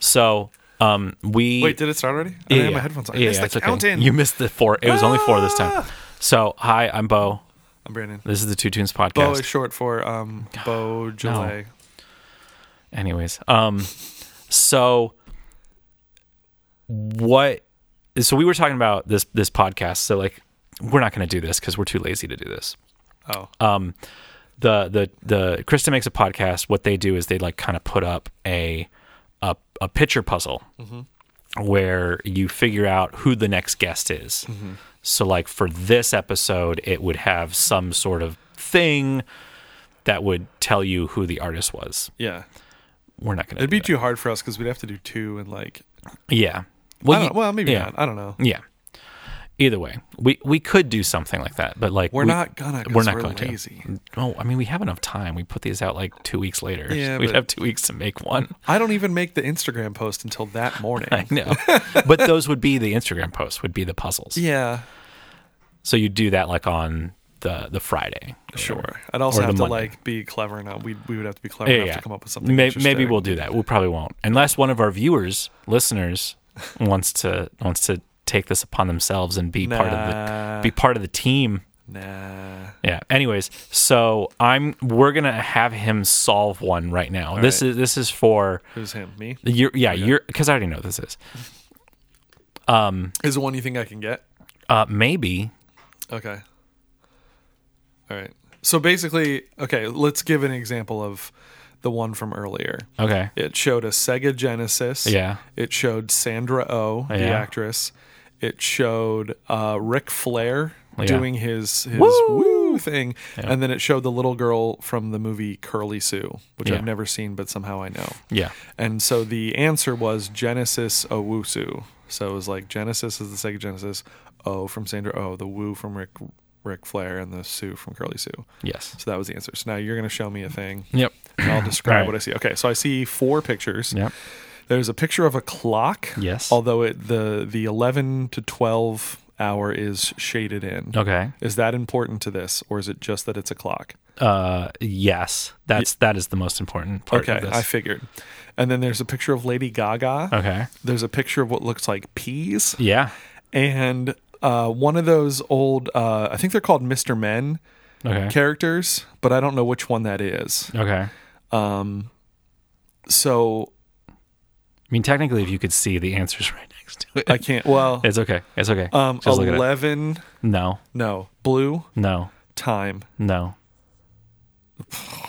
So um, we Wait, did it start already? I didn't have my headphones on. I missed the it's okay. counting. You missed the four. It was only four this time. Ah! So hi, I'm Bo. I'm Brandon. This is the Two Tunes Bo podcast. is short for um, Beaujolais. Anyways, um, so what? So we were talking about this this podcast. So like, we're not going to do this because we're too lazy to do this. Oh, um, the the the Krista makes a podcast. What they do is they like kind of put up a a, a picture puzzle Mm-hmm. where you figure out who the next guest is. Mm-hmm. So like for this episode, it would have some sort of thing that would tell you who the artist was. yeah. We're not going to. It'd be too hard for us because we'd have to do two and like. yeah. I you- don't- well, maybe yeah. not. I don't know. Yeah. Either way, we we could do something like that, but like We're we- not gonna. 'cause we're not we're going lazy. to. Oh, I mean, we have enough time. We put these out like two weeks later. Yeah, we'd but- have two weeks to make one. I don't even make the Instagram post until that I morning. know, but those would be the Instagram posts. Would be the puzzles. yeah, So you do that like on the the Friday. or whatever. sure. I'd also Or the have to Monday. like be clever enough. We we would have to be clever Yeah, enough yeah. to come up with something. May- Maybe, interesting. we'll do that. We probably won't, unless one of our viewers, listeners, wants to wants to take this upon themselves and be part of the Nah. be part of the team. Nah. Yeah. Anyways, so I'm we're gonna have him solve one right now. this right. is this is for Who's him? Me? you. Yeah, you're because I already know what this is. Is the one you think I can get? Uh, maybe Okay. All right. So basically, okay, let's give an example of the one from earlier. okay. It showed a Sega Genesis. Yeah. It showed Sandra Oh, the Yeah. actress. It showed uh, Ric Flair Yeah. doing his his Woo! woo, thing, and then it showed the little girl from the movie Curly Sue, which Yeah. I've never seen, but somehow I know. Yeah. And so the answer was Genesis Owusu. So it was like Genesis is the Sega Genesis, O from Sandra O, the Woo from Rick Ric Flair, and the Sue from Curly Sue. Yes. So that was the answer. So now you're going to show me a thing. Yep. And I'll describe Right. what I see. Okay, so I see four pictures. Yep. There's a picture of a clock. Yes. Although it, the the 11 to 12 hour is shaded in. Okay. Is that important to this, or is it just that it's a clock? Uh, yes. That's that is the most important part Okay, of this. Uh. I figured. And then there's a picture of Lady Gaga. okay. There's a picture of what looks like peas. Yeah. and uh, one of those old uh, i think they're called mr men Okay. characters but i don't know which one that is Um, okay. I so mean, technically, if you could see the answers right next to it, i can't well it's okay. It's okay. um, Just look at it. 11 No. no blue No. time No. 23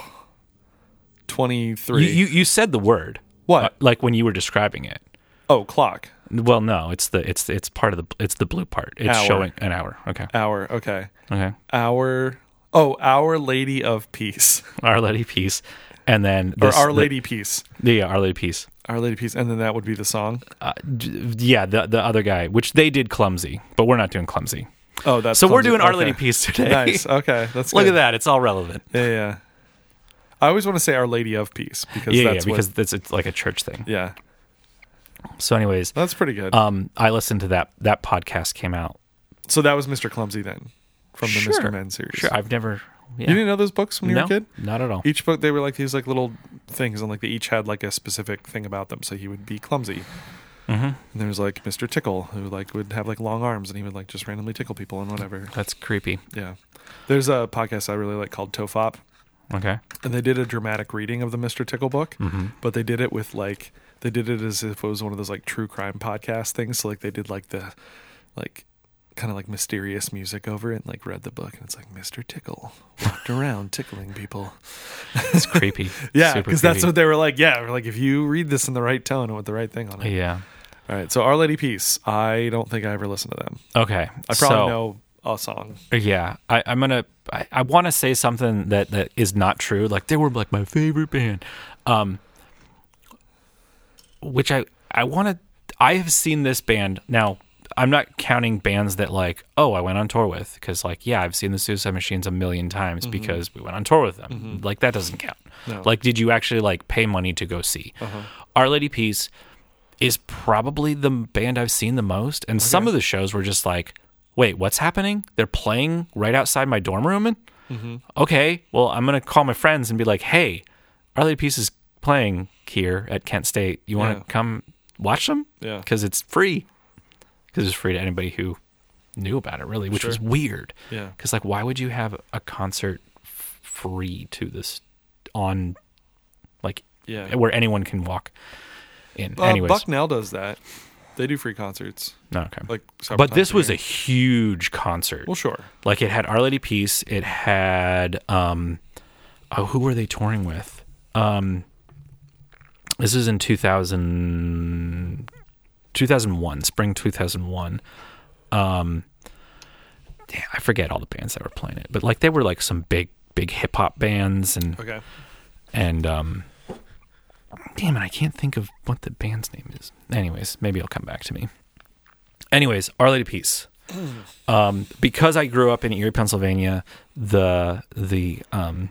You, you you said the word. What? Uh, like when you were describing it. oh clock Well, no, it's the it's it's part of the it's the blue part. It's Hour. showing an hour. Okay. hour okay Okay. hour oh our lady of peace Our Lady Peace, and then or this- our the- lady peace The, yeah, Our Lady Peace. our lady peace and then that would be the song Uh, d- yeah, the the other guy, which they did clumsy, but we're not doing clumsy. oh that's So we're clumsy. doing Our Okay. Lady Peace today. nice okay that's Look good. at that; it's all relevant. yeah yeah i always want to say our lady of peace because Yeah, yeah, that's what- because it's, it's like a church thing. yeah So, anyways, That's pretty good. um, I listened to that that podcast came out so that was Mr. Clumsy then from the Sure. Mr. Men series. Sure, I've never. Yeah. You didn't know those books when you no, were a kid? not at all. Each book they were like these like little things and like they each had like a specific thing about them. So he would be clumsy. Mm-hmm. And there was like Mr. Tickle who like would have like long arms and he would like just randomly tickle people and whatever. That's creepy. Yeah. There's a podcast I really like called Tofop Okay. Mm-hmm. and they did a dramatic reading of the Mr. Tickle book, but they did it with like they did it as if it was one of those like true crime podcast things. So like they did like the like kind of like mysterious music over it and like read the book and it's like Mr. Tickle walked around tickling people. It's creepy. Yeah, Super because that's creepy. what they were like. Yeah, we're like if you read this in the right tone and with the right thing on it. Yeah. All right, so Our Lady Peace. I don't think I ever listened to them. Okay. I probably know a song. Yeah, I, I'm gonna. I, I want to say something that that is not true. Like they were like my favorite band, um, which I I want to. I have seen this band now. I'm not counting bands that like oh I went on tour with because like yeah I've seen the Suicide Machines a million times because we went on tour with them. Like that doesn't count. No. Like did you actually like pay money to go see? Our Lady Peace is probably the band I've seen the most. And some of the shows were just like, wait, what's happening? They're playing right outside my dorm room. And Mm-hmm. okay, well, I'm going to call my friends and be like, hey, Our Lady Peace is playing here at Kent State. You want to Yeah. come watch them Yeah. because it's free. Because it's free to anybody who knew about it, really, which Sure. was weird. Yeah. Because like, why would you have a concert f- free to this on like Yeah. where anyone can walk in? Uh, Anyways, Bucknell does that. They do free concerts. no, okay. Like but this was a huge concert. Well, sure. Like it had Our Lady Peace. It had um, oh, who were they touring with? Um, this is in 2000, 2001, spring two thousand one. Um, damn, I forget all the bands that were playing it, but like they were like some big, big hip hop bands and Okay. and um, damn it, I can't think of what the band's name is. Anyways, maybe it'll come back to me. Anyways, Our Lady Peace. Um, because I grew up in Erie, Pennsylvania, the the um,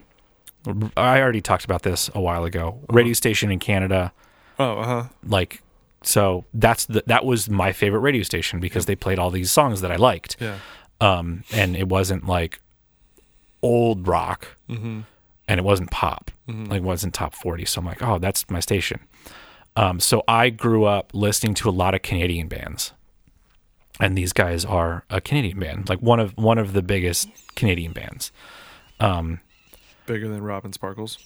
I already talked about this a while ago. Radio station in Canada, Oh, uh huh. like so that's the, that was my favorite radio station because they played all these songs that I liked Yeah. um, and it wasn't like old rock, and it wasn't pop, like it wasn't top forty. So I'm like, oh, that's my station. Um, so I grew up listening to a lot of Canadian bands, and these guys are a Canadian band, like one of one of the biggest Canadian bands. Bigger than Robin Sparkles.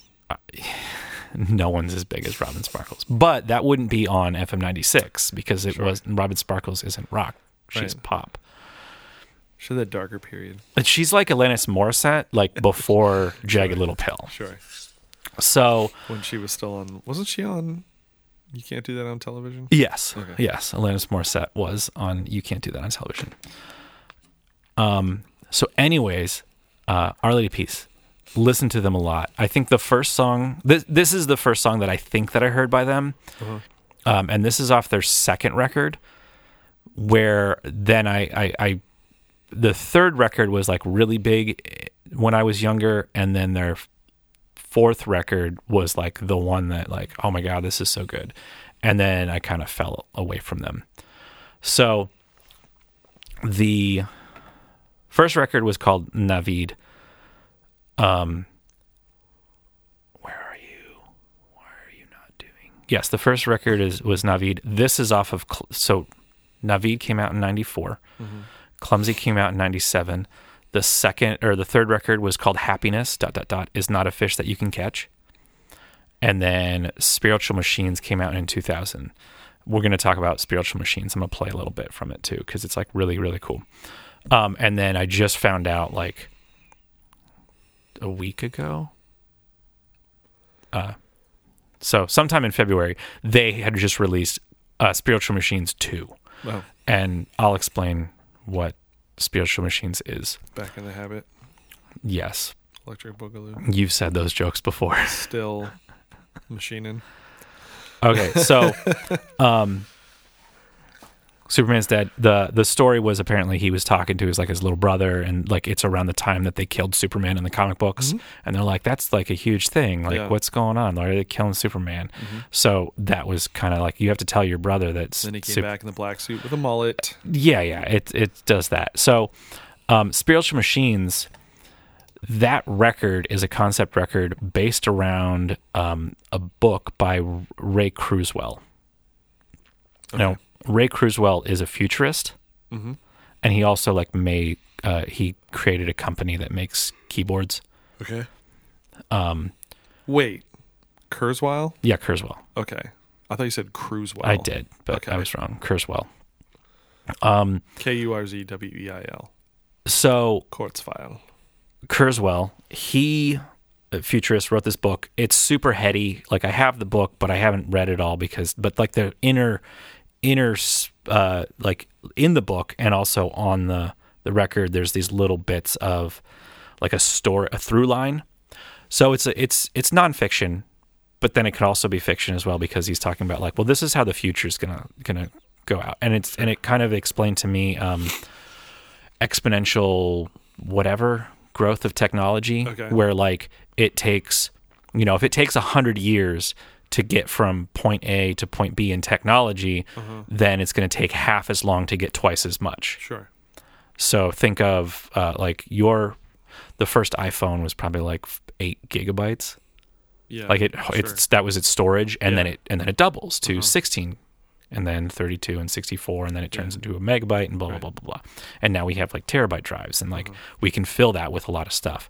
No one's as big as Robin Sparkles, but that wouldn't be on FM 96 because it was Robin Sparkles isn't rock; she's Right. pop. Sure, that darker period. But she's like Alanis Morissette, like before Jagged Little Pill. Sure. So When she was still on, wasn't she on? You can't do that on television. Yes. Okay. Yes. Alanis Morissette was on You Can't Do That on Television. Um, so, anyways, uh, Our Lady Peace. Listen to them a lot. I think the first song, this, this is the first song that I think that I heard by them. Um, and this is off their second record, where then I, I, I, the third record was like really big eh, when I was younger. And then their fourth record was like the one that like oh my god this is so good and then i kind of fell away from them so the first record was called navid um where are you why are you not doing yes the first record is was navid this is off of Cl- so navid came out in 94 clumsy came out in 97 the second or the third record was called happiness dot dot dot is not a fish that you can catch and then spiritual machines came out in 2000 we're going to talk about spiritual machines i'm going to play a little bit from it too because it's like really really cool um, and then i just found out like a week ago uh, so sometime in february they had just released uh, spiritual machines 2 Oh, and I'll explain what Spiritual Machines is. back in the habit. Yes, Electric Boogaloo. you've said those jokes before. Still machining. Okay, so um Superman's dead. The the story was apparently he was talking to his like his little brother and like it's around the time that they killed Superman in the comic books Mm-hmm. and they're like that's like a huge thing. Like Yeah. what's going on? Why Are they killing Superman? So that was kind of like you have to tell your brother that Then he came Sup- back in the black suit with a mullet. yeah yeah it it does that so um spiritual machines that record is a concept record based around um a book by ray cruzwell now ray cruzwell is a futurist Mm-hmm. and he also like made uh he created a company that makes keyboards Um, Okay. Um. Wait, Kurzweil. yeah kurzwell Okay, I thought you said Cruisewell. i did but Okay. i was wrong kurzwell K U R Z W E I L. so Kurzweil. Kurzweil, he a futurist wrote this book. It's super heady. Like I have the book, but I haven't read it all because but like the inner inner s- uh like in the book and also on the the record there's these little bits of like a story a through line. So it's a, it's it's nonfiction, but then it could also be fiction as well because he's talking about like well this is how the future's going to going to go out. And it's and it kind of explained to me um exponential whatever growth of technology Okay. where like it takes you know if it takes 100 years to get from point A to point B in technology then it's going to take half as long to get twice as much Sure. so think of uh, like your the first iPhone was probably like 8 gigabytes Yeah. like it sure. it's that was its storage and then Yeah. Uh-huh. it and then it doubles to 16 and then 32 and 64 and then it turns into a megabyte and blah blah blah blah blah and now we have like terabyte drives and like Uh-huh. we can fill that with a lot of stuff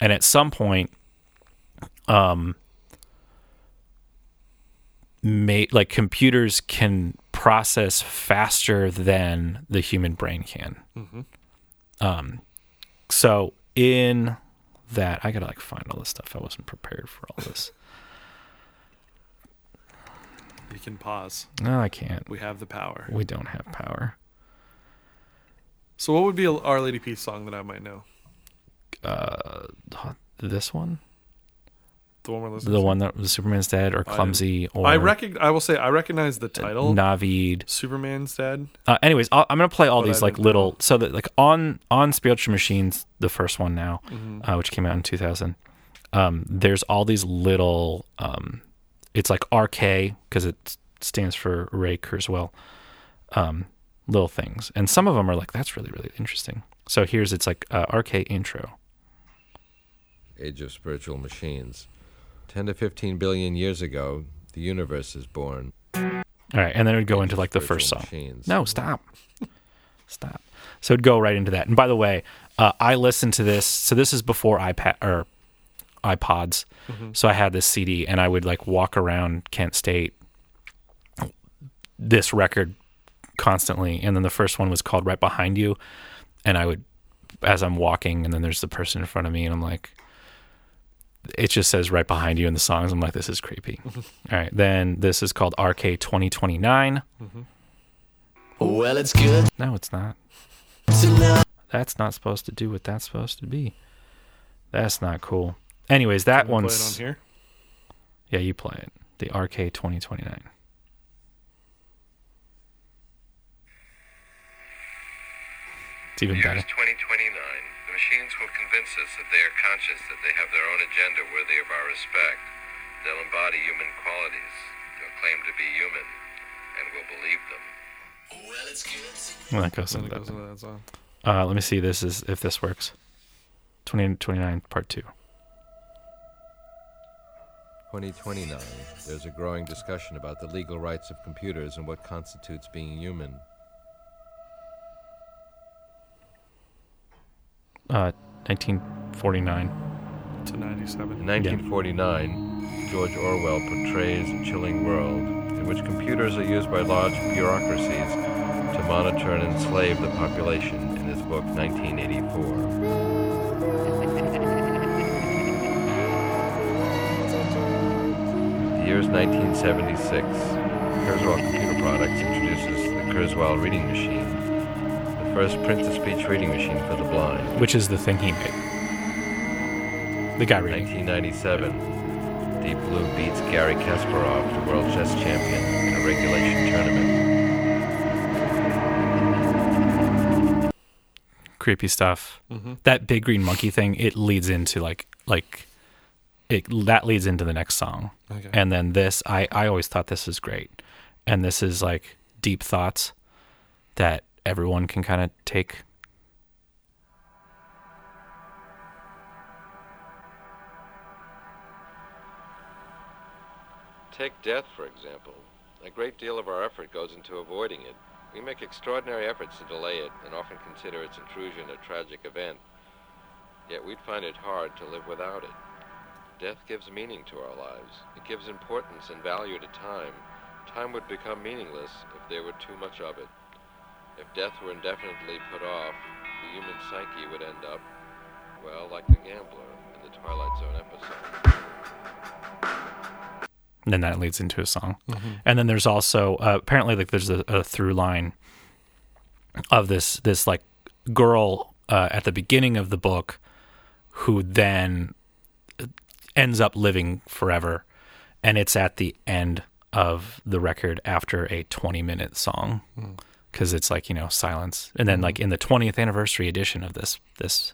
and at some point um may like computers can process faster than the human brain can Mm-hmm. Um, so in that i gotta like find all this stuff i wasn't prepared for all this You can pause. no i can't We have the power. we don't have power So, what would be a Our Lady Peace song that I might know? Uh, this one The one we're listening. the one that was superman's dead or clumsy or Uh, I recog I will say I recognize the title. navid Superman's dead. uh, anyways I'll, i'm gonna play all But these I like don't little so that like on on spiritual machines the first one now Mm-hmm. uh, which came out in 2000 um there's all these little um it's like rk because it stands for ray kurzweil um little things and some of them are like that's really really interesting so here's it's like uh, rk intro age of spiritual machines. 10 to 15 billion years ago, the universe is born. all right and then it would go into like the Virtual first song machines. no stop stop so it'd go right into that and by the way uh, i listened to this so this is before ipad or ipods so i had this cd and i would like walk around kent state this record constantly and then the first one was called right behind you and i would as i'm walking and then there's the person in front of me and i'm like it just says right behind you in the songs i'm like this is creepy all right then this is called rk 2029 Well, it's good no it's not to know. that's not supposed to do what that's supposed to be. That's not cool. Anyways, that Play it on one's here. yeah, you play it. The RK twenty twenty nine. It's even Years better. 2029, the machines will convince us that they are conscious, that they have their own agenda worthy of our respect. They'll embody human qualities. They'll claim to be human, and we'll believe them. Well, it's good Well, that goes Then into it that. goes into that song. Uh, let me see. This is if this works. Twenty twenty nine part two. 2029, there's a growing discussion about the legal rights of computers and what constitutes being human. Uh, nineteen forty nine. To 97. In 1949, George Orwell portrays a chilling world in which computers are used by large bureaucracies to monitor and enslave the population in his book 1984. The year is 1976. Kurzweil Computer Products introduces the Kurzweil Reading Machine, the first print-to-speech reading machine for the blind. which is the thing he made. The guy reading. 1997. Deep Blue beats Gary Kasparov, the world chess champion, in a regulation tournament. creepy stuff. That big green monkey thing, it leads into like like it that leads into the next song. Okay. And then this, I I always thought this was great. And this is like deep thoughts that everyone can kind of take. Take death, for example. A great deal of our effort goes into avoiding it. We make extraordinary efforts to delay it and often consider its intrusion a tragic event. Yet we'd find it hard to live without it. Death gives meaning to our lives. It gives importance and value to time. Time would become meaningless if there were too much of it. If death were indefinitely put off, the human psyche would end up, well, like the gambler in the Twilight Zone episode. And then that leads into a song. And then there's also uh, apparently like there's a, a through line of this this like girl uh, at the beginning of the book who then uh, ends up living forever and it's at the end of the record after a 20 minute song because it's like you know silence and then like in the 20th anniversary edition of this this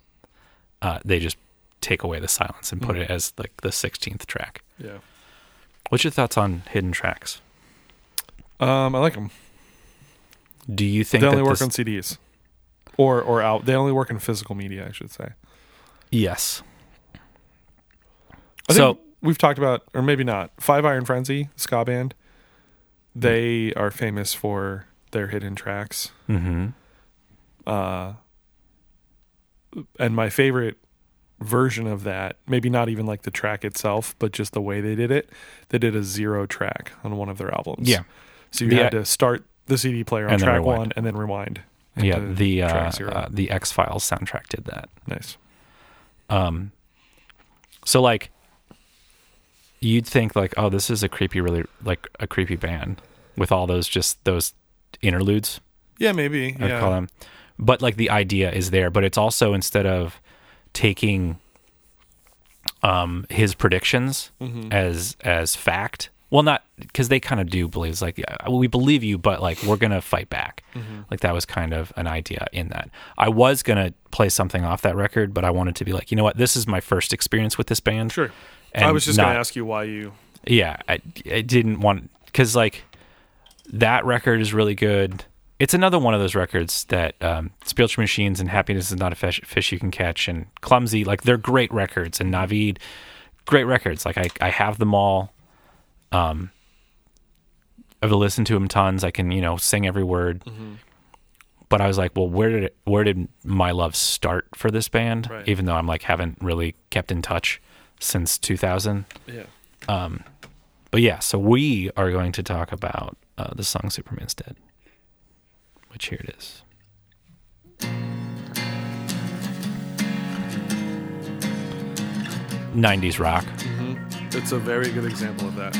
uh, they just take away the silence and put it as like the 16th track Yeah. what's your thoughts on hidden tracks Um, I like them. do you think They only that work this- on CDs, or or out. They only work in physical media, I should say. yes I So- think we've talked about, or maybe not, Five Iron Frenzy, ska band. They are famous for their hidden tracks. Mm-hmm. and my favorite version of that maybe not even like the track itself but just the way they did it they did a zero track on one of their albums Yeah. so you The- had to start the cd player on And then track rewind. one uh, and then rewind Yeah, into the uh, track zero. uh, the X Files soundtrack did that. Um, nice So like, you'd think like, oh, this is a creepy, really like a creepy band with all those just those interludes. yeah maybe I would yeah call them. But like the idea is there, but it's also instead of taking um his predictions Mm-hmm. as as fact. Well, not because they kind of do believe it's like yeah, well, we believe you, but like we're gonna fight back. Mm-hmm. Like that was kind of an idea in that. I was gonna play something off that record, but I wanted to be like, you know what, this is my first experience with this band. sure And i was just not- gonna ask you why you yeah i, I didn't want because like that record is really good it's another one of those records that um, spiritual machines and happiness is not a fish, fish you can catch and clumsy like they're great records and navid great records like i, I have them all um, i've listened to them tons i can you know sing every word but i was like well where did it, where did my love start for this band Right. even though i'm like haven't really kept in touch since 2000 yeah but yeah, so we are going to talk about uh, the song Superman's Dead, which here it is. Nineties rock. it's a very good example of that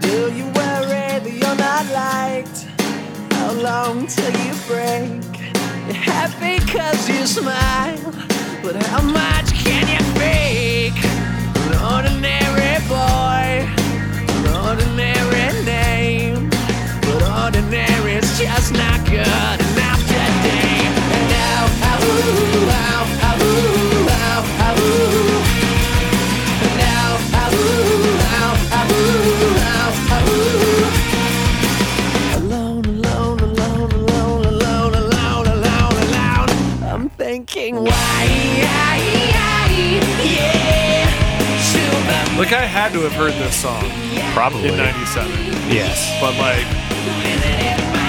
Do you worry that you're not liked? How long till you break? You're happy cause you smile, but how much can you fake? An ordinary boy, an ordinary name, but ordinary is just not good enough today. And ow, ow, ooh, ow, ow, ooh, ow, ow, ooh. And ow, ow, ooh, ow, ow, ooh, ow, ow, ooh. alone, alone, alone, alone, alone, alone, alone, alone. I'm thinking, why, yeah, Superman. like i had to have heard this song Probably. in 97 Yes. but like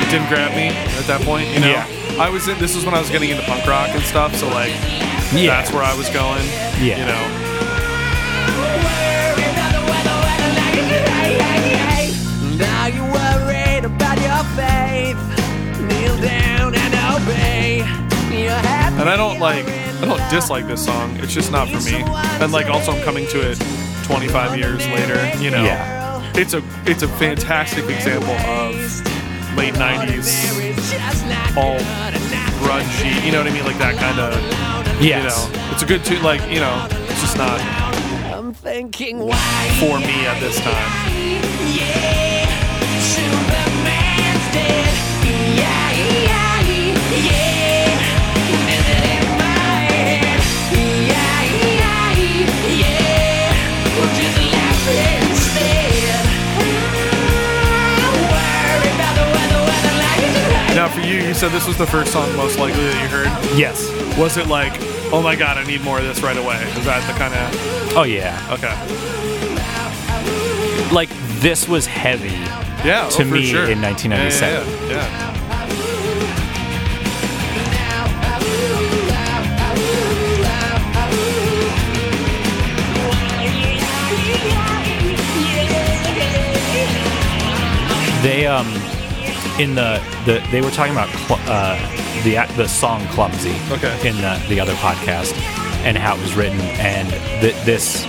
it didn't grab me at that point you know Yeah. i was in this was when i was getting into punk rock and stuff so like Yeah. that's where i was going Yeah. you know Now you're worried about your faith. Kneel down and obey. You're happy. And I don't like, I don't dislike this song. It's just not for me. And like, also, I'm coming to it 25 years later. You know, Yeah. it's a it's a fantastic example of late 90s all grungy. You know what I mean? Like that kind of. Yes. You know, it's a good tune. Like you know, it's just not I'm thinking, why? for me at this time. Yeah, Superman's dead. Yeah, yeah, yeah. Visit in my head. Yeah, yeah, yeah. We'll just laugh instead. Worry about the weather, weather like it's right. Now, for you, you said this was the first song most likely that you heard. Yes. Was it like, oh my god, I need more of this right away? Is that the kind of Oh yeah. okay? Like this was heavy. Yeah, To oh, for me sure. in 1997. Yeah, yeah, yeah, yeah. They um in the the they were talking about cl- uh, the act- the song clumsy. Okay. In the the other podcast and how it was written and th- this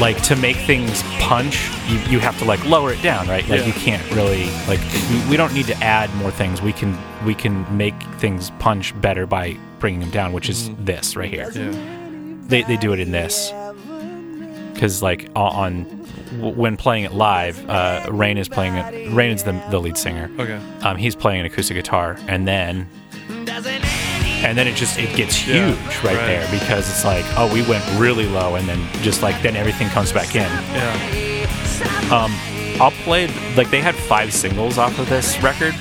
like to make things punch you, you have to like lower it down right like Yeah. you can't really like we- we don't need to add more things we can we can make things punch better by bringing them down which Mm-hmm. is this right here they, they do it in this because like o- on w- when playing it live uh rain is playing it rain is the, the lead singer Okay. um he's playing an acoustic guitar and then and then it just it gets huge Yeah, right, right. there because it's like oh we went really low and then just like then everything comes back in Yeah. um i'll play like they had five singles off of this record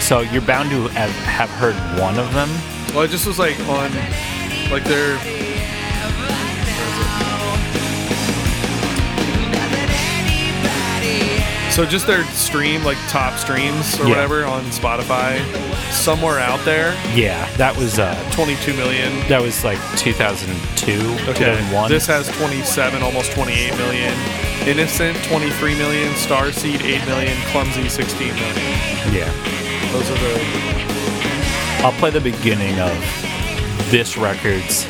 so you're bound to have, have heard one of them Well, it just was like on, like their. where is it? So just their stream, like top streams or Yeah. whatever on Spotify, somewhere out there, Yeah, that was uh, 22 million. that was like 2002, Okay, 2001. this has 27, almost 28 million. Innocent, 23 million. Starseed, 8 million. Clumsy, 16 million. yeah, Those are the. I'll play the beginning of this record's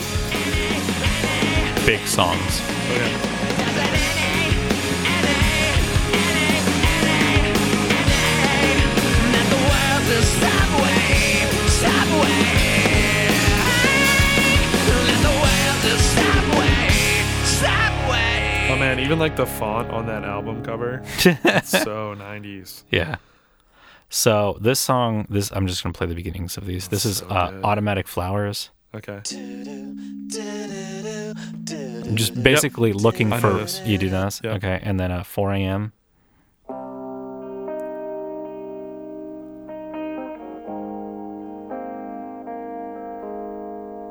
big songs. Okay. Oh man, even like the font on that album cover, it's so 90s. Yeah. So this song, this I'm just gonna play the beginnings of these. This is uh, "Automatic Flowers." Okay. I'm just basically looking I know for this. you do know this, Yeah. okay? And then uh, 4 a.m.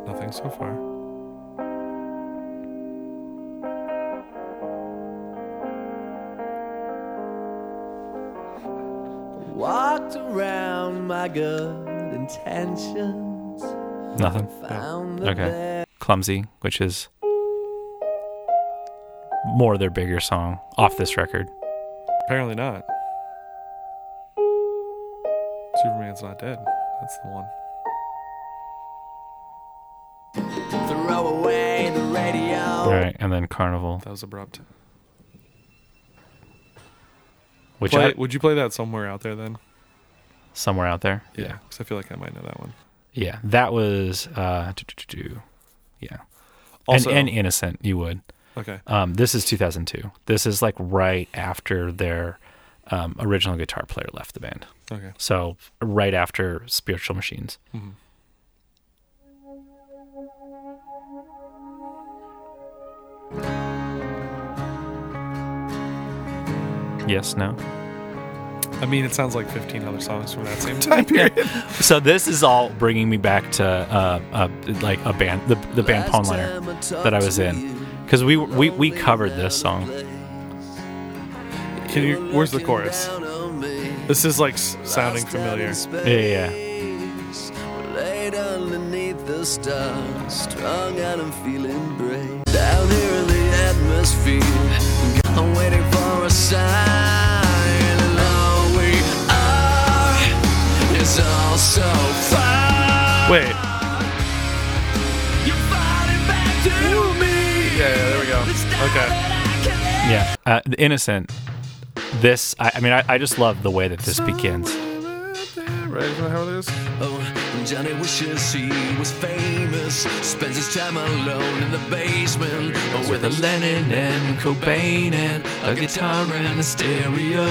Nothing so far. Walked around my good intentions. Nothing. Found the Okay. Clumsy, which is more their bigger song off this record. Apparently not. Superman's not dead. That's the one. Throw away the radio. All right, and then Carnival, That was abrupt. which Play, I, would you play that somewhere out there then? somewhere out there. Because I feel like I might know that one. Yeah, that was uh, do, do, do, do. yeah, Also, and, and Innocent. You would. okay. Um, this is 2002. This is like right after their um, original guitar player left the band. Okay. So right after Spiritual Machines. Yes, no. I mean, it sounds like 15 other songs from that same time period. So this is all bringing me back to uh, uh, like a band, the, the band Pawn Liner that I was in, because we we we covered this song. Can you? Where's the chorus? This is like s- sounding familiar. Yeah, yeah, yeah. Laid underneath the stars, strung out and feeling brave. Down here in the atmosphere, I'm waiting for a sign. And all we are is all so far. Wait. You're falling back to me. Yeah, yeah, there we go. Okay. yeah. Uh, the Innocent. This, I, I mean, I, I just love the way that this begins. Ready for how it is? Oh, Johnny wishes he was famous. Spends his time alone in the basement with a Lennon and Cobain and a guitar and a stereo.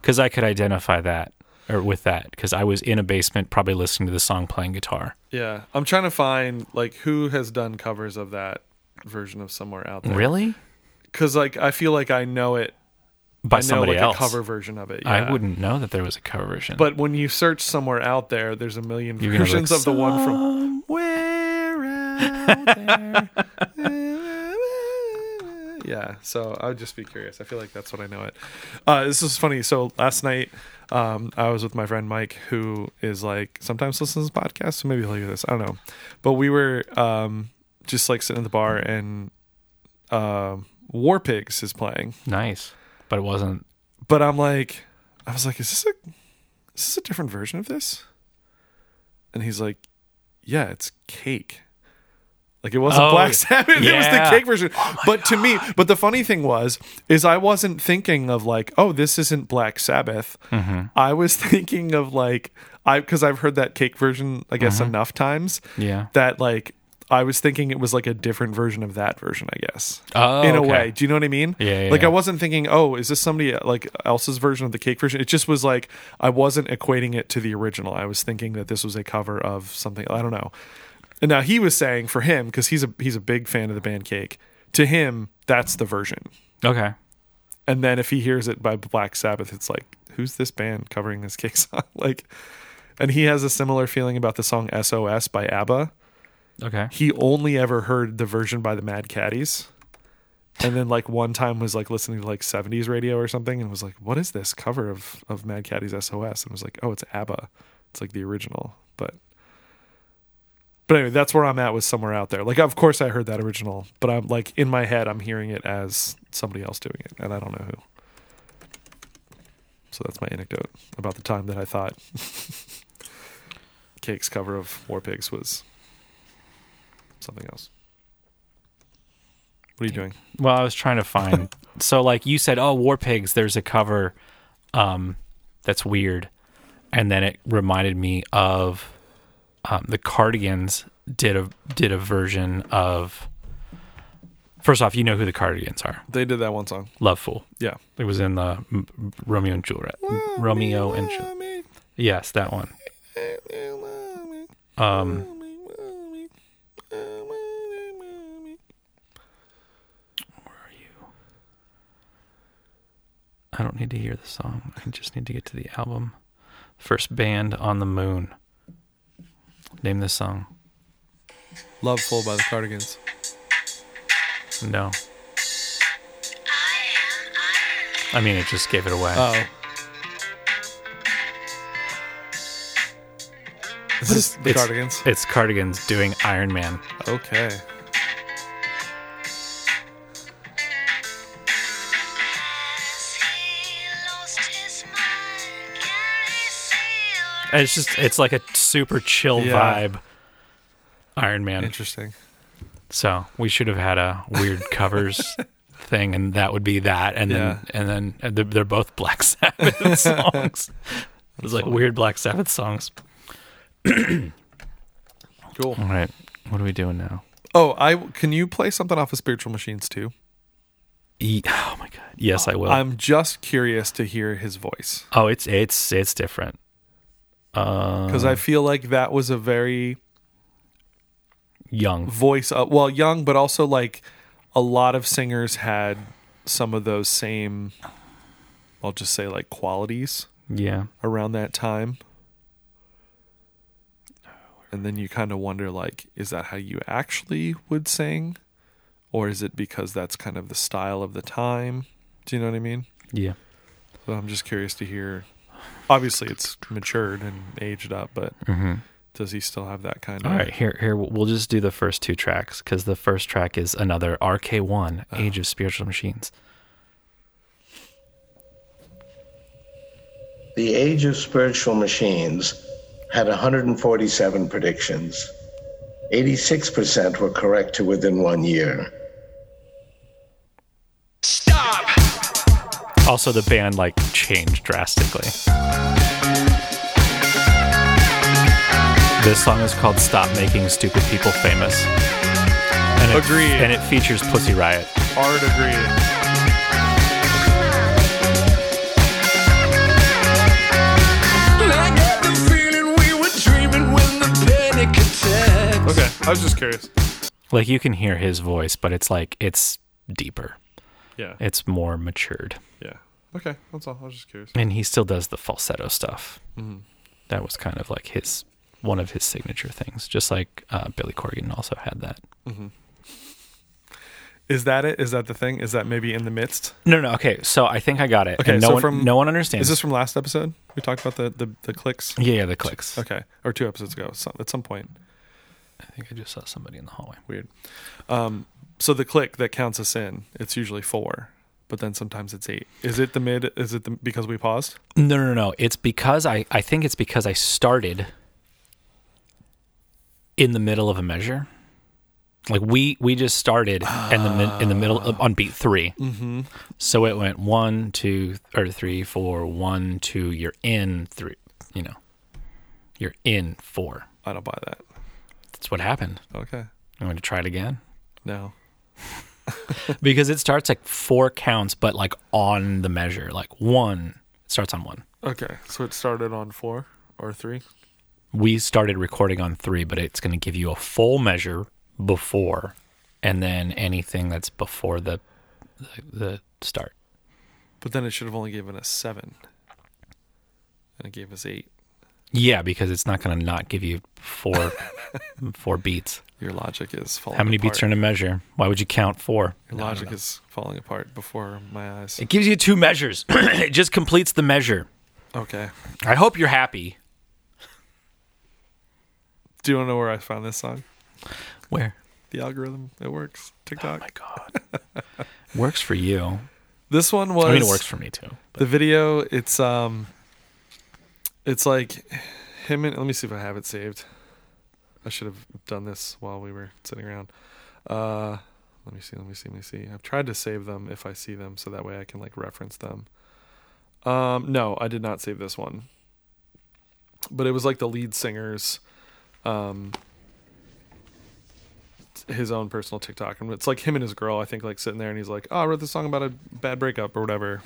because I could identify that or with that because I was in a basement probably listening to the song playing guitar. Yeah, I'm trying to find like who has done covers of that version of somewhere out there. Really? Because like I feel like I know it. By I know somebody like else. a cover version of it. Yeah. I wouldn't know that there was a cover version. But when you search somewhere out there, there's a million You're gonna be versions like, of the one from. Somewhere Yeah, so I would just be curious. I feel like that's what I know it. Uh, this is funny. So last night, um, I was with my friend Mike, who is like sometimes listens to podcasts, so maybe he'll hear this. I don't know, but we were um, just like sitting at the bar, and um War Pigs is playing. nice, but it wasn't. But I'm like, I was like, is this a is this a different version of this? And he's like, Yeah, it's cake. Like it wasn't Oh, Black Sabbath, it was yeah. Oh the cake version. but to me, but the funny thing was, is I wasn't thinking of like, oh, this isn't Black Sabbath. Mm-hmm. I was thinking of like, I because I've heard that cake version, I Mm-hmm. guess, enough times Yeah. that like I was thinking it was like a different version of that version, I guess. Oh, in a okay. way. Do you know what I mean? Yeah, yeah, Like yeah. I wasn't thinking, oh, is this somebody like else's version of the cake version? It just was like I wasn't equating it to the original. I was thinking that this was a cover of something. I don't know. And now he was saying for him because he's a he's a big fan of the band Cake. To him, that's the version. Okay. And then if he hears it by Black Sabbath, it's like, who's this band covering this cake song? like, and he has a similar feeling about the song SOS by ABBA Okay. he only ever heard the version by the Mad Caddies, And then like one time was like listening to like 70s radio or something and was like, what is this cover of, of Mad Caddy's SOS? And was like, oh, it's ABBA. It's like the original. But but anyway, that's where I'm at with somewhere out there. Like of course I heard that original, but I'm like in my head I'm hearing it as somebody else doing it, and I don't know who. So that's my anecdote about the time that I thought Cake's cover of War Pigs was something else. What are you doing? Well, I was trying to find. so, like you said, oh, War Pigs. There's a cover, um, that's weird, and then it reminded me of, um, the Cardigans did a did a version of. First off, you know who the Cardigans are. They did that one song. Love Fool. Yeah. It was in the M- Romeo and Juliet. Romeo and Juliet. Yes, that one. Um, I don't need to hear the song. I just need to get to the album. First band on the moon. Name this song. Love Full by the Cardigans. No. I mean, it just gave it away. Oh. Is this the It's- Cardigans? It's Cardigans doing Iron Man. Okay. And It's just, it's like a super chill Yeah. vibe. Iron Man. Interesting. So we should have had a weird covers thing, and that would be that. And Yeah. then and then and they're, they're both Black Sabbath songs. It was like weird Black Sabbath songs. Cool. All right, what are we doing now? Oh, I can you play something off of Spiritual Machines too? E- oh my god! Yes, I will. I'm just curious to hear his voice oh, it's it's it's different. because I feel like that was a very Young. voice up well young but also like a lot of singers had some of those same I'll just say like qualities Yeah. around that time. And then you kind of wonder like is that how you actually would sing or is it because that's kind of the style of the time? Do you know what I mean? Yeah. So I'm just curious to hear obviously it's matured and aged up but does he still have that kind of All right, here, here we'll- we'll just do the first two tracks because the first track is another RK1, Age of Spiritual Machines. The Age of Spiritual Machines had 147 predictions. 86% were correct to within one year. Also, the band like changed drastically. This song is called "Stop Making Stupid People Famous." And it, Agreed. And it features Pussy Riot. Hard agree. I got the feeling we were dreaming when the panic attacked. Okay, I was just curious. Like you can hear his voice, but it's like it's deeper. Yeah. It's more matured, Yeah. Okay, that's all. I was just curious. and he still does the falsetto stuff. That was kind of like his one of his signature things. Just like uh, Billy Corgan also had that. Is that it? Is that the thing? Is that maybe in the midst? No, no, okay. So I think I got it. Okay, and no so one, from- no one understands. Is this from last episode? We talked about the the, the clicks. yeah, yeah, the clicks. Okay, or two episodes ago. Some, at some point, I think I just saw somebody in the hallway. weird. Um, so the click that counts us in, it's usually four, but then sometimes it's eight. Is it the mid? Is it the, because we paused? No, no, no. It's because I, I think it's because I started in the middle of a measure. Like we we just started in the mid, in the middle of, on beat 3 Mm-hmm. So it went one, two, or three, four, one, two. You're in three. You know, you're in four. I don't buy that. That's what happened. Okay, I'm going to try it again. no. because it starts like four counts, but like on the measure, like one it starts on one. Okay, so it started on four or three. We started recording on three, but it's going to give you a full measure before, and then anything that's before the the, the start. But then it should have only given us seven, and it gave us eight. Yeah, because it's not going to not give you four four beats. Your logic is falling. How many apart. beats are in a measure? Why would you count four? Your logic is falling apart before my eyes. It gives you two measures. it just completes the measure. Okay. I hope you're happy. Do you want to know where I found this song? Where? The algorithm. It works. TikTok. Oh My God. works for you. this one was. I mean, it works for me too. the video. It's um. It's like him and let me see if I have it saved. I should have done this while we were sitting around. Uh, let me see. Let me see. Let me see. I've tried to save them if I see them, so that way I can like reference them. Um, no, I did not save this one. But it was like the lead singer's, um, t- his own personal TikTok, and it's like him and his girl. I think like sitting there, and he's like, "Oh, I wrote this song about a bad breakup or whatever."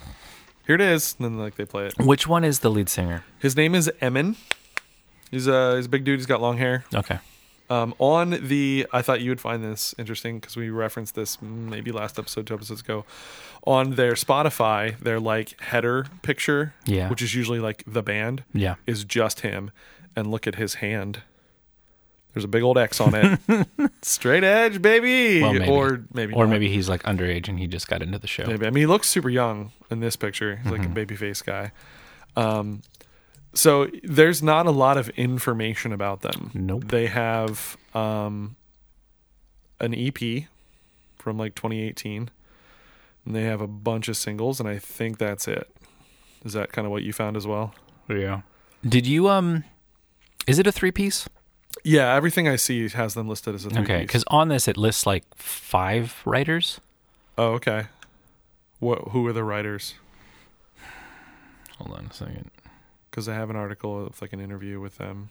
Here it is. And then like they play it. Which one is the lead singer? His name is Emin. He's a he's a big dude. He's got long hair. Okay. Um, on the, I thought you would find this interesting because we referenced this maybe last episode, two episodes ago. On their Spotify, their like header picture, Yeah. which is usually like the band, Yeah. is just him. And look at his hand. There's a big old X on it. Straight edge, baby. Well, maybe. Or maybe, Or not. maybe he's like underage and he just got into the show. Maybe. I mean, he looks super young in this picture. He's Mm-hmm. like a baby face guy. Um, so there's not a lot of information about them. Nope. They have um, an EP from like 2018, and they have a bunch of singles, and I think that's it. Is that kind of what you found as well? Yeah. Did you um? Is it a three piece? Yeah, everything I see has them listed as E a three Okay, piece. because on this it lists like five writers. Oh, okay. What? Who are the writers? Hold on a second. because I have an article of like an interview with them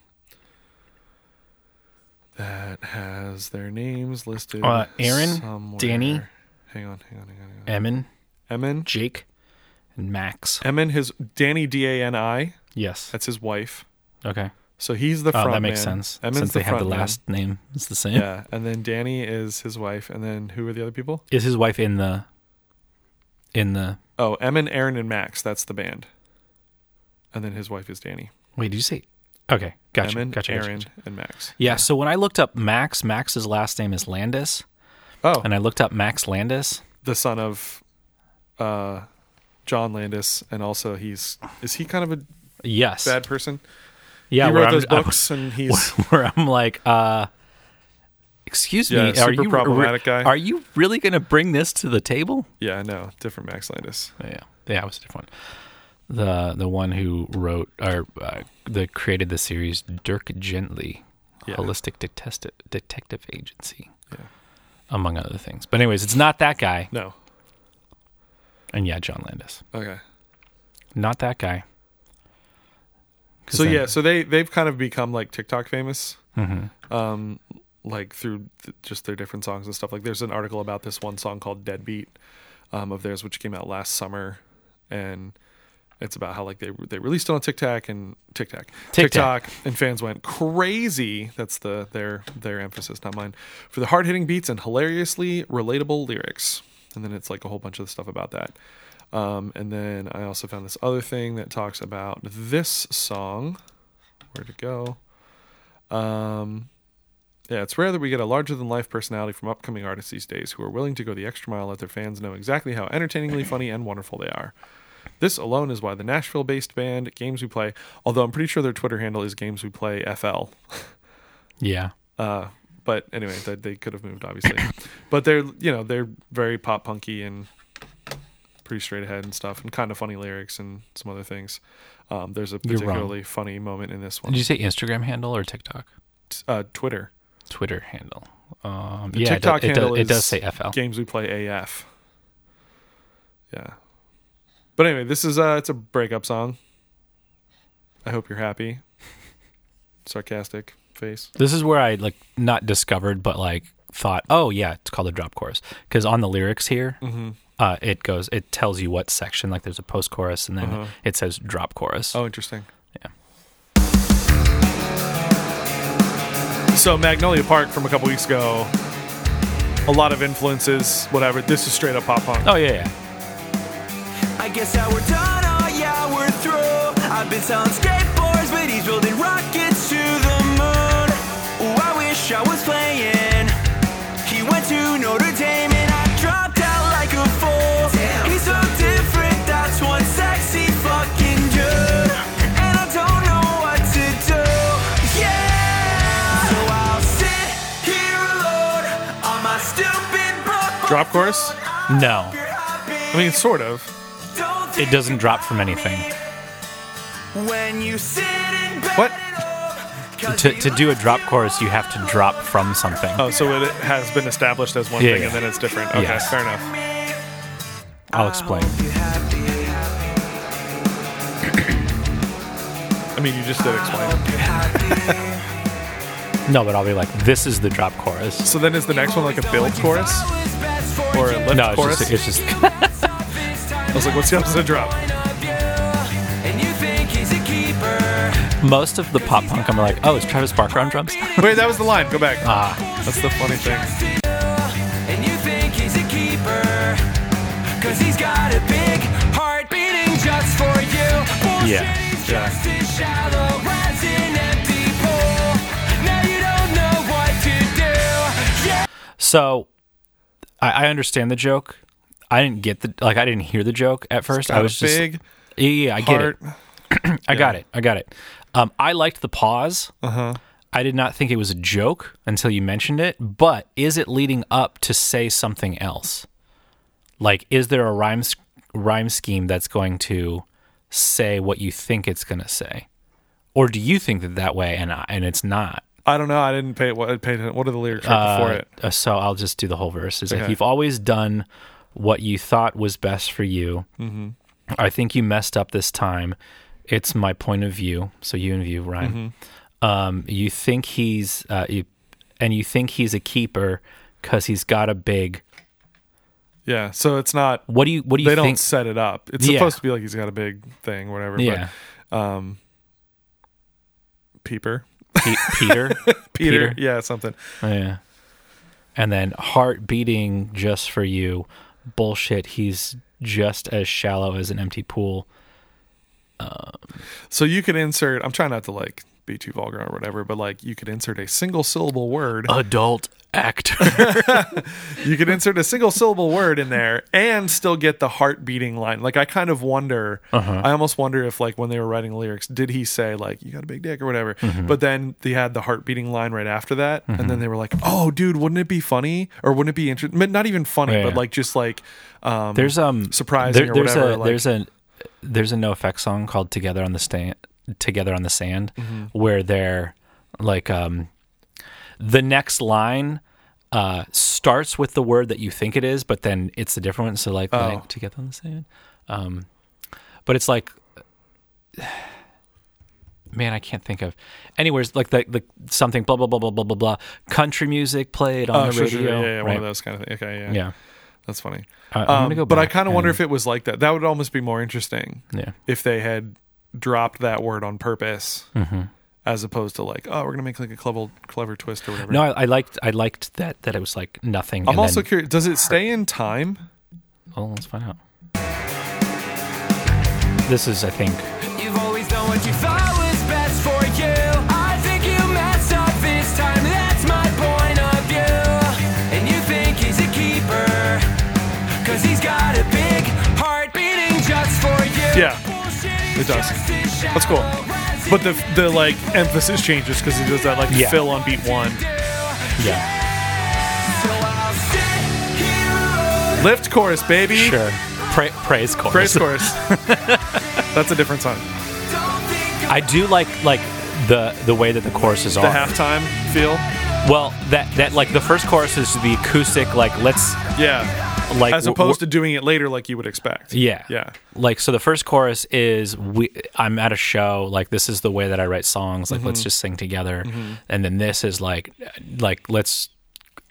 that has their names listed. Uh, Aaron, somewhere. Danny. Hang on, hang on, hang on. Hang on. Emin, Emin, Jake, and Max. Emin, his Danny D A N I. Yes. That's his wife. Okay. So he's the front. Oh, that makes man. sense. Emin's Since the they have the front man. last name, it's the same. Yeah, and then Danny is his wife, and then who are the other people? Is his wife in the? In the Oh, Emin, Aaron, and Max. That's the band. And then his wife is Danny. wait? Did you say? Okay, gotcha, Emin, gotcha, gotcha, Aaron, gotcha. and Max. Yeah. So when I looked up Max, Max's last name is Landis, Oh, and I looked up Max Landis. the son of uh, John Landis, and also he's is he kind of a Yes. bad person? yeah. he where wrote I'm- those I'm- books, and he's where I'm like, uh, excuse Yeah, me, super are you problematic guy. Are you really going to bring this to the table? Oh, yeah, I know, different Max Landis. Yeah, yeah, it was a different one. The the one who wrote or uh, the created the series Dirk Gently, Yeah. holistic detective detective agency, Yeah. among other things. But anyways, it's not that guy, No, and yeah, John Landis, okay. not that guy. 'Cause So then- yeah, so they they've kind of become like TikTok famous, Mm-hmm. um, like through th- just their different songs and stuff. Like there's an article about this one song called "Deadbeat" um, of theirs, which came out last summer, and it's about how like they they released it on TikTok and TikTok, TikTok. TikTok, and fans went crazy. That's the their their emphasis, not mine, for the hard hitting beats and hilariously relatable lyrics. And then it's like a whole bunch of stuff about that. Um, and then I also found this other thing that talks about this song. Where to go? Um, yeah, it's rare that we get a larger than life personality from upcoming artists these days who are willing to go the extra mile, let their fans know exactly how entertainingly funny and wonderful they are. This alone is why the Nashville based band Games We Play, although I'm pretty sure their Twitter handle is Games We Play FL. yeah, Uh, but anyway, they, they could have moved, obviously. but they're, you know, they're very pop punky and pretty straight ahead and stuff, and kind of funny lyrics and some other things. Um, there's a You're wrong. particularly funny moment in this one. Did you say Instagram handle or TikTok? uh, Twitter. Twitter handle. Um, The yeah, it TikTok does- it, does, handle it does is say FL. Games we play AF. Yeah. But anyway, this is uh it's a breakup song. I hope you're happy. Sarcastic face. This is where I like not discovered, but like thought, oh yeah, it's called a drop chorus because on the lyrics here, Mm-hmm. uh, it goes, it tells you what section. Like there's a post chorus, and then it says drop chorus. Uh-huh. Oh, interesting. Yeah. So Magnolia Park from a couple weeks ago. A lot of influences, whatever. This is straight up pop punk. Oh yeah, yeah. I guess that we're done, oh yeah, we're through. I've been selling skateboards, but he's building rockets to the moon. Ooh, I wish I was playing to Notre Dame and I dropped out like a fool. He's so different, that's one sexy fucking dude. And I don't know what to do. Yeah! So I'll sit here alone on my stupid broken Drop chorus? No, I mean, sort of. it doesn't drop from anything. When you sit in bed What? To, to do a drop chorus, you have to drop from something. Oh, so it has been established as one Yeah, thing yeah. and then it's different. Okay, Yes. fair enough. I'll explain. I mean, you just did explain. No, but I'll be like, this is the drop chorus. So then is the next one like a build chorus or a lift No, it's chorus? just, it's just I was like, what's the opposite of drop? most of the pop punk. I'm like, oh, it's Travis Barker on drums. Wait, that was the line. Go back. Uh, Ah, that's the funny thing. And you think he's a keeper. Cause he's got a big heart beating just for you. Bullshit Yeah, is just as shallow as an empty pool. Now you don't know what to do. Yeah. So I, I understand the joke. I didn't get the like. I didn't hear the joke at first. I Got a was just big yeah, yeah, I get it. heart. I got it. I got it. Um, I liked the pause. Uh-huh. I did not think it was a joke until you mentioned it. But is it leading up to say something else? Like, is there a rhyme s- rhyme scheme that's going to say what you think it's going to say, or do you think that that way and I, and it's not? I don't know. I didn't pay what paid. What are the lyrics right before Uh, it? uh, So I'll just do the whole verse. Is like Okay. you've always done what you thought was best for you. Mm-hmm. I think you messed up this time. It's my point of view. So you and view rhyme. Mm-hmm. Um, you think he's uh, you, and you think he's a keeper because he's got a big. Yeah. So it's not. What do you What do you they don't think? set it up. It's Yeah. supposed to be like he's got a big thing, whatever. yeah, But, um, peeper. Pe- Peter. Peter. Peter. Oh, Yeah, something. yeah, and then heart beating just for you. Bullshit. He's just as shallow as an empty pool. So you could insert. I'm trying not to like be too vulgar or whatever, but like you could insert a single syllable word. Adult actor. you could insert a single syllable word in there and still get the heart beating line. Like I kind of wonder. Uh-huh. I almost wonder if like when they were writing lyrics, did he say like you got a big dick or whatever? Mm-hmm. But then they had the heart beating line right after that, and then they were like, oh, dude, wouldn't it be funny or wouldn't it be interesting? Not even funny, Yeah. but like just like um, There's um surprising there- or there's whatever. A, like, there's a there's a no effect song called Together on the Stand Together on the Sand Mm-hmm. where they're like um the next line uh starts with the word that you think it is, but then it's a different one. So like, Oh. like together on the sand. Um but it's like man, I can't think of anyways like the the something blah blah blah blah blah blah blah country music played on Oh, the sure, radio. sure, yeah, yeah, yeah, one right? of those kind of things. Okay, yeah, Yeah. that's funny. I- I'm Um, gonna go but I back kind of wonder and- if it was like that. That would almost be more interesting. Yeah. if they had dropped that word on purpose Mm-hmm. as opposed to like oh we're gonna make like a clever clever twist or whatever No, I, I liked I liked that that it was like nothing. i'm and also then- curious does it stay in time Well, let's find out. This is, I think. You've always done what you thought was best for you. I think you messed up this time, that's my point of view. And you think he's a keeper. Cause he's got a big heart beating just for you. Yeah, It it does. That's cool. but the the like emphasis changes because it does that like Yeah. fill on beat one Yeah, So I'll sit here alone. lift chorus baby sure. Pra- praise chorus. praise chorus that's a different song Don't think I do like like the the way that the choruses the are. halftime feel well, that that like the first chorus is the acoustic, like let's yeah like as opposed to doing it later like you would expect Yeah. yeah Like so the first chorus is we I'm at a show, like this is the way that I write songs, like Mm-hmm. let's just sing together. And then this is like like let's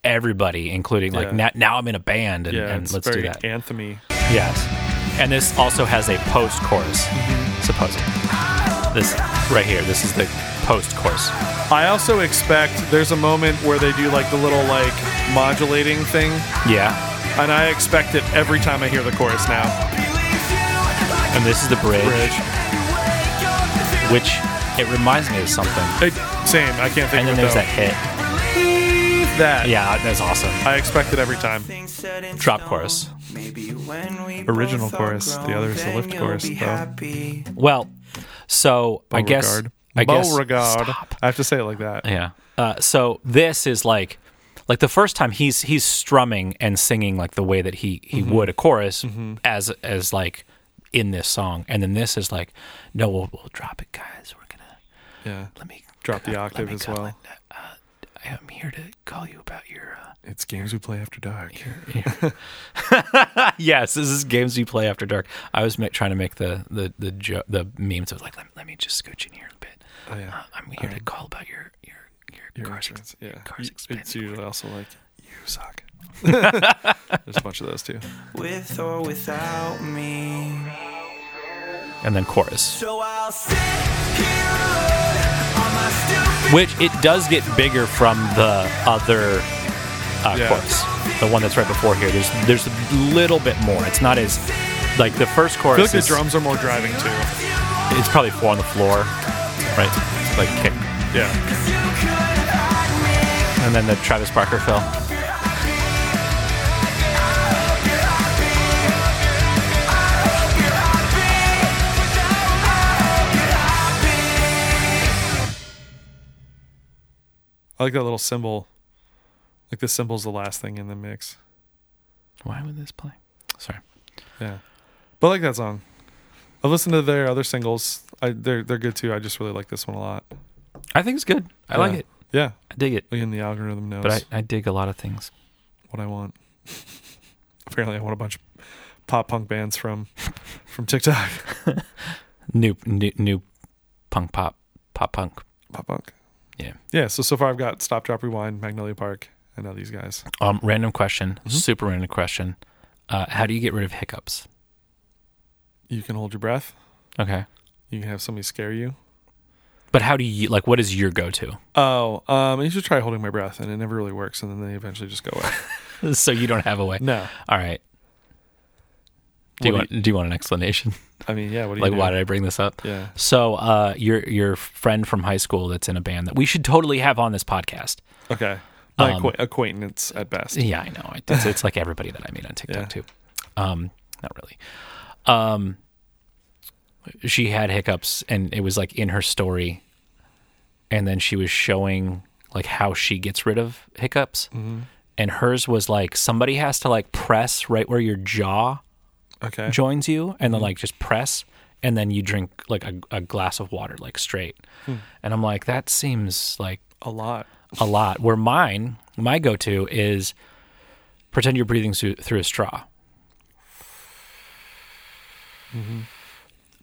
everybody including like Yeah. now, now I'm in a band and, yeah and it's let's very do that. anthemy Yes. And this also has a post chorus, Mm-hmm. supposedly. This right here, this is the post chorus. I also expect there's a moment where they do like the little like modulating thing, Yeah. and I expect it every time I hear the chorus now. And this is the bridge, Bridge. which it reminds me of something. It, same. I can't think And then of it there's that though. hit. Leave that. Yeah, that's awesome. I expect it every time. Drop chorus. Original chorus. The other is the lift chorus, though. Well, so I guess Beauregard. I guess Beauregard. Stop. I have to say it like that. Yeah. Uh, so this is like like the first time he's he's strumming and singing like the way that he he Mm-hmm. would a chorus as as like in this song, and then this is like no, we'll, we'll drop it, guys. We're gonna Yeah. let me Drop the let me octave as call well. it, uh, I'm here to call you about your. Uh, It's games we play after dark. yes, this is games we play after dark. I was ma- trying to make the the the jo- the memes. I was like, let, let me just scooch in here a bit. Oh, yeah. Uh, I'm here to call about your your your, Your car's insurance. ex- Yeah. your car's Y- expense. It's usually also like, you suck. There's a bunch of those too. With or without me. and then chorus, So I'll sit here alone on my stupid which it does get bigger from the other uh, Yeah. chorus, the one that's right before here. There's there's a little bit more. It's not as like the first I chorus. feel like the is- drums are more driving too. It's probably four on the floor, right? Like kick, Yeah. and then the Travis Barker fill. I like that little symbol. Like the symbol's the last thing in the mix. Why would this play? Sorry. Yeah. But I like that song. I listened to their other singles. I, they're they're good too. I just really like this one a lot. I think it's good. I like Yeah. it. Yeah. I dig it. Again, the algorithm knows But I, I dig a lot of things. what I want. Apparently, I want a bunch of pop punk bands from from TikTok. New new, new punk pop pop punk. pop punk. Yeah. Yeah. So so far, I've got Stop, Drop, Rewind, Magnolia Park, and now these guys. Um random question, super random question. Uh, how do you get rid of hiccups? You can hold your breath. Okay. You can have somebody scare you. But how do you like what is your go to? Oh, um, you should try holding my breath, and it never really works, and then they eventually just go away. So you don't have a way. no, All right. Do you What want do you want an explanation? I mean, yeah. What do you like do? why did I bring this up? Yeah. So uh your your friend from high school that's in a band that we should totally have on this podcast. Okay. My Um, acquaint- acquaintance at best. Yeah, I know. It's, it's like everybody that I meet on TikTok Yeah. too. Um, not really. Um, she had hiccups, and it was like in her story, and then she was showing like how she gets rid of hiccups, and hers was like somebody has to like press right where your jaw Okay. joins you, and then like just press, and then you drink like a, a glass of water like straight, and I'm like that seems like a lot. a lot. Where mine, my go to is pretend you're breathing through, through a straw. Mm-hmm.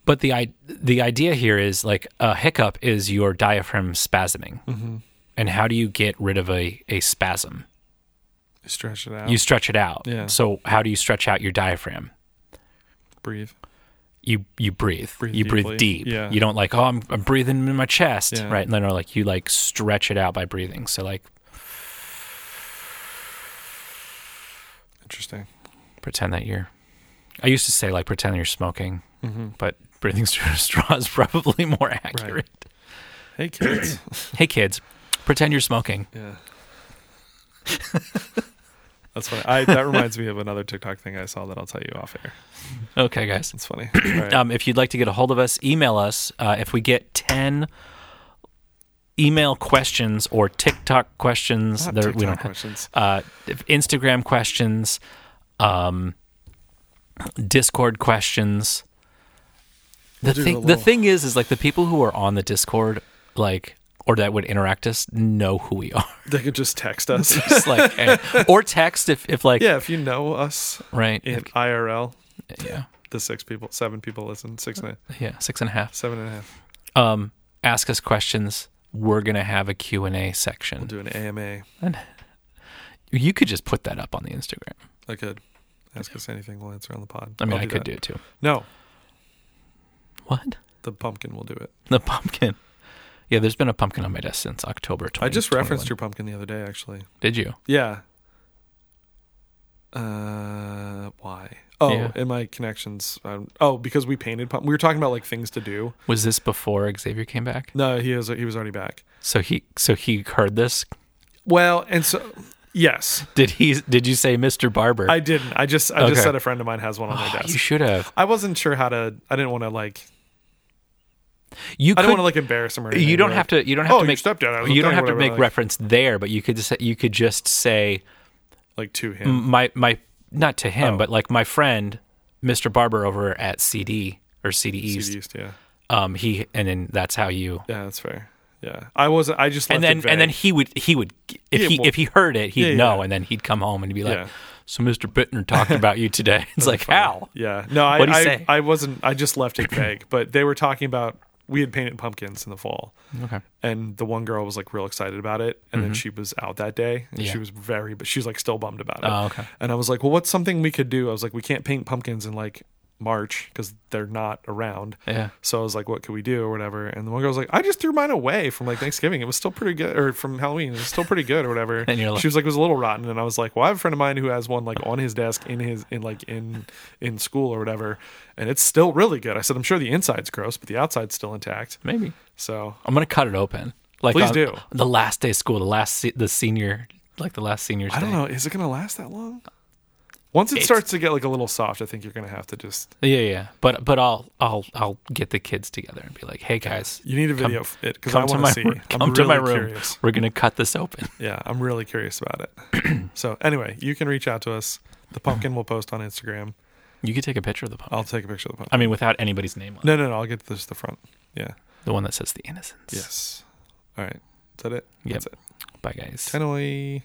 But the i- the idea here is like a hiccup is your diaphragm spasming, Mm-hmm. and how do you get rid of a a spasm? You stretch it out. You stretch it out. Yeah. So how do you stretch out your diaphragm? breathe. You you breathe. Breathe you deeply. breathe deep. Yeah. You don't like oh I'm, I'm breathing in my chest Yeah. right and then or like you like stretch it out by breathing. So like Interesting. pretend that you're i used to say like pretend you're smoking Mm-hmm. but breathing through a straw is probably more accurate Hey kids. hey kids pretend you're smoking yeah. That's funny. I, that reminds me of another TikTok thing I saw that I'll tell you off air. okay guys It's funny. All right. um, if you'd like to get a hold of us email us uh, if we get 10 email questions or tiktok questions Not there- Ah, TikTok we don't have questions. uh, if- instagram questions um, discord questions the do thing a the little- thing is is like the people who are on the discord like or that would interact us know who we are They could just text us. It's like hey, or text if, if like yeah, if you know us right in if- IRL, yeah the six people, seven people listen, six and a, yeah six and a half Um, seven and a half. ask us questions we're gonna have a q&a section Do an AMA. you could just put that up on the instagram I could ask us anything. We'll answer on the pod. i mean I'll i could that. do it too No, what the pumpkin will do it. the pumpkin yeah there's been a pumpkin on my desk since october 20, I just referenced your pumpkin the other day, actually. did you Yeah. Uh, why? Oh, Yeah. in my connections. Um, oh, because we painted. Pump- we were talking about like things to do. was this before xavier came back No, he was he was already back. so he so he heard this Well, and so yes, Did he? Did you say Mr. Barber? I didn't. I just I Okay. Oh, just said a friend of mine has one on my you desk. should have. I wasn't sure how to. I didn't want to like. You. I could, don't want to like embarrass him or anything. You don't but, have to. You don't have "Oh, to your make. stepdad has a you don't thing," have to whatever, make like- reference there, but you could. Just, you could just say like to him. my my not to Oh. him, but like my friend, Mr. Barber over at CD or CD East. He's used, yeah, Um. He and then that's how you. yeah, that's fair. Yeah, I wasn't. I just And left it then and then vague. he would he would if Yeah, he well- if he heard it he'd Yeah, know yeah. and then he'd come home and be like, Yeah. so Mr. Bittner talked about you today. It's like how yeah, no, I What'd he I, say? I wasn't. I just left it vague. But they were talking about we had painted pumpkins in the fall. Okay. And the one girl was like real excited about it, and then she was out that day, and Mm-hmm. Yeah. she was very, but she was like still bummed about it. Oh, okay. And I was like, well, what's something we could do? I was like, we can't paint pumpkins in like March because they're not around. Yeah. So I was like, what could we do or whatever? And the one girl was like, I just threw mine away from like Thanksgiving. It was still pretty good, or from Halloween. It was still pretty good or whatever. And you're like- she was like, it was a little rotten. And I was like, well, I have a friend of mine who has one like on his desk in his in like in in school or whatever, and it's still really good. I said, I'm sure the inside's gross, but the outside's still intact. maybe So I'm gonna cut it open. Like Please on do. the last day of school, the last se- the senior like the last senior. I don't know. Is it gonna last that long? Once it It's- starts to get like a little soft, I think you're gonna have to just Yeah, yeah. But but I'll I'll I'll get the kids together and be like, hey guys, You need a video of it because I come to want my to see. come I'm to my really room. Curious. We're gonna cut this open. Yeah, I'm really curious about it. so anyway, you can reach out to us. The pumpkin will post on Instagram. You could take a picture of the pumpkin. I'll take a picture of the pumpkin. I mean, without anybody's name on it. No, no, no. I'll get this to the front. Yeah. The one that says the innocence. Yes. All right. Is that it? Yep. That's it. Bye guys. Tannoy.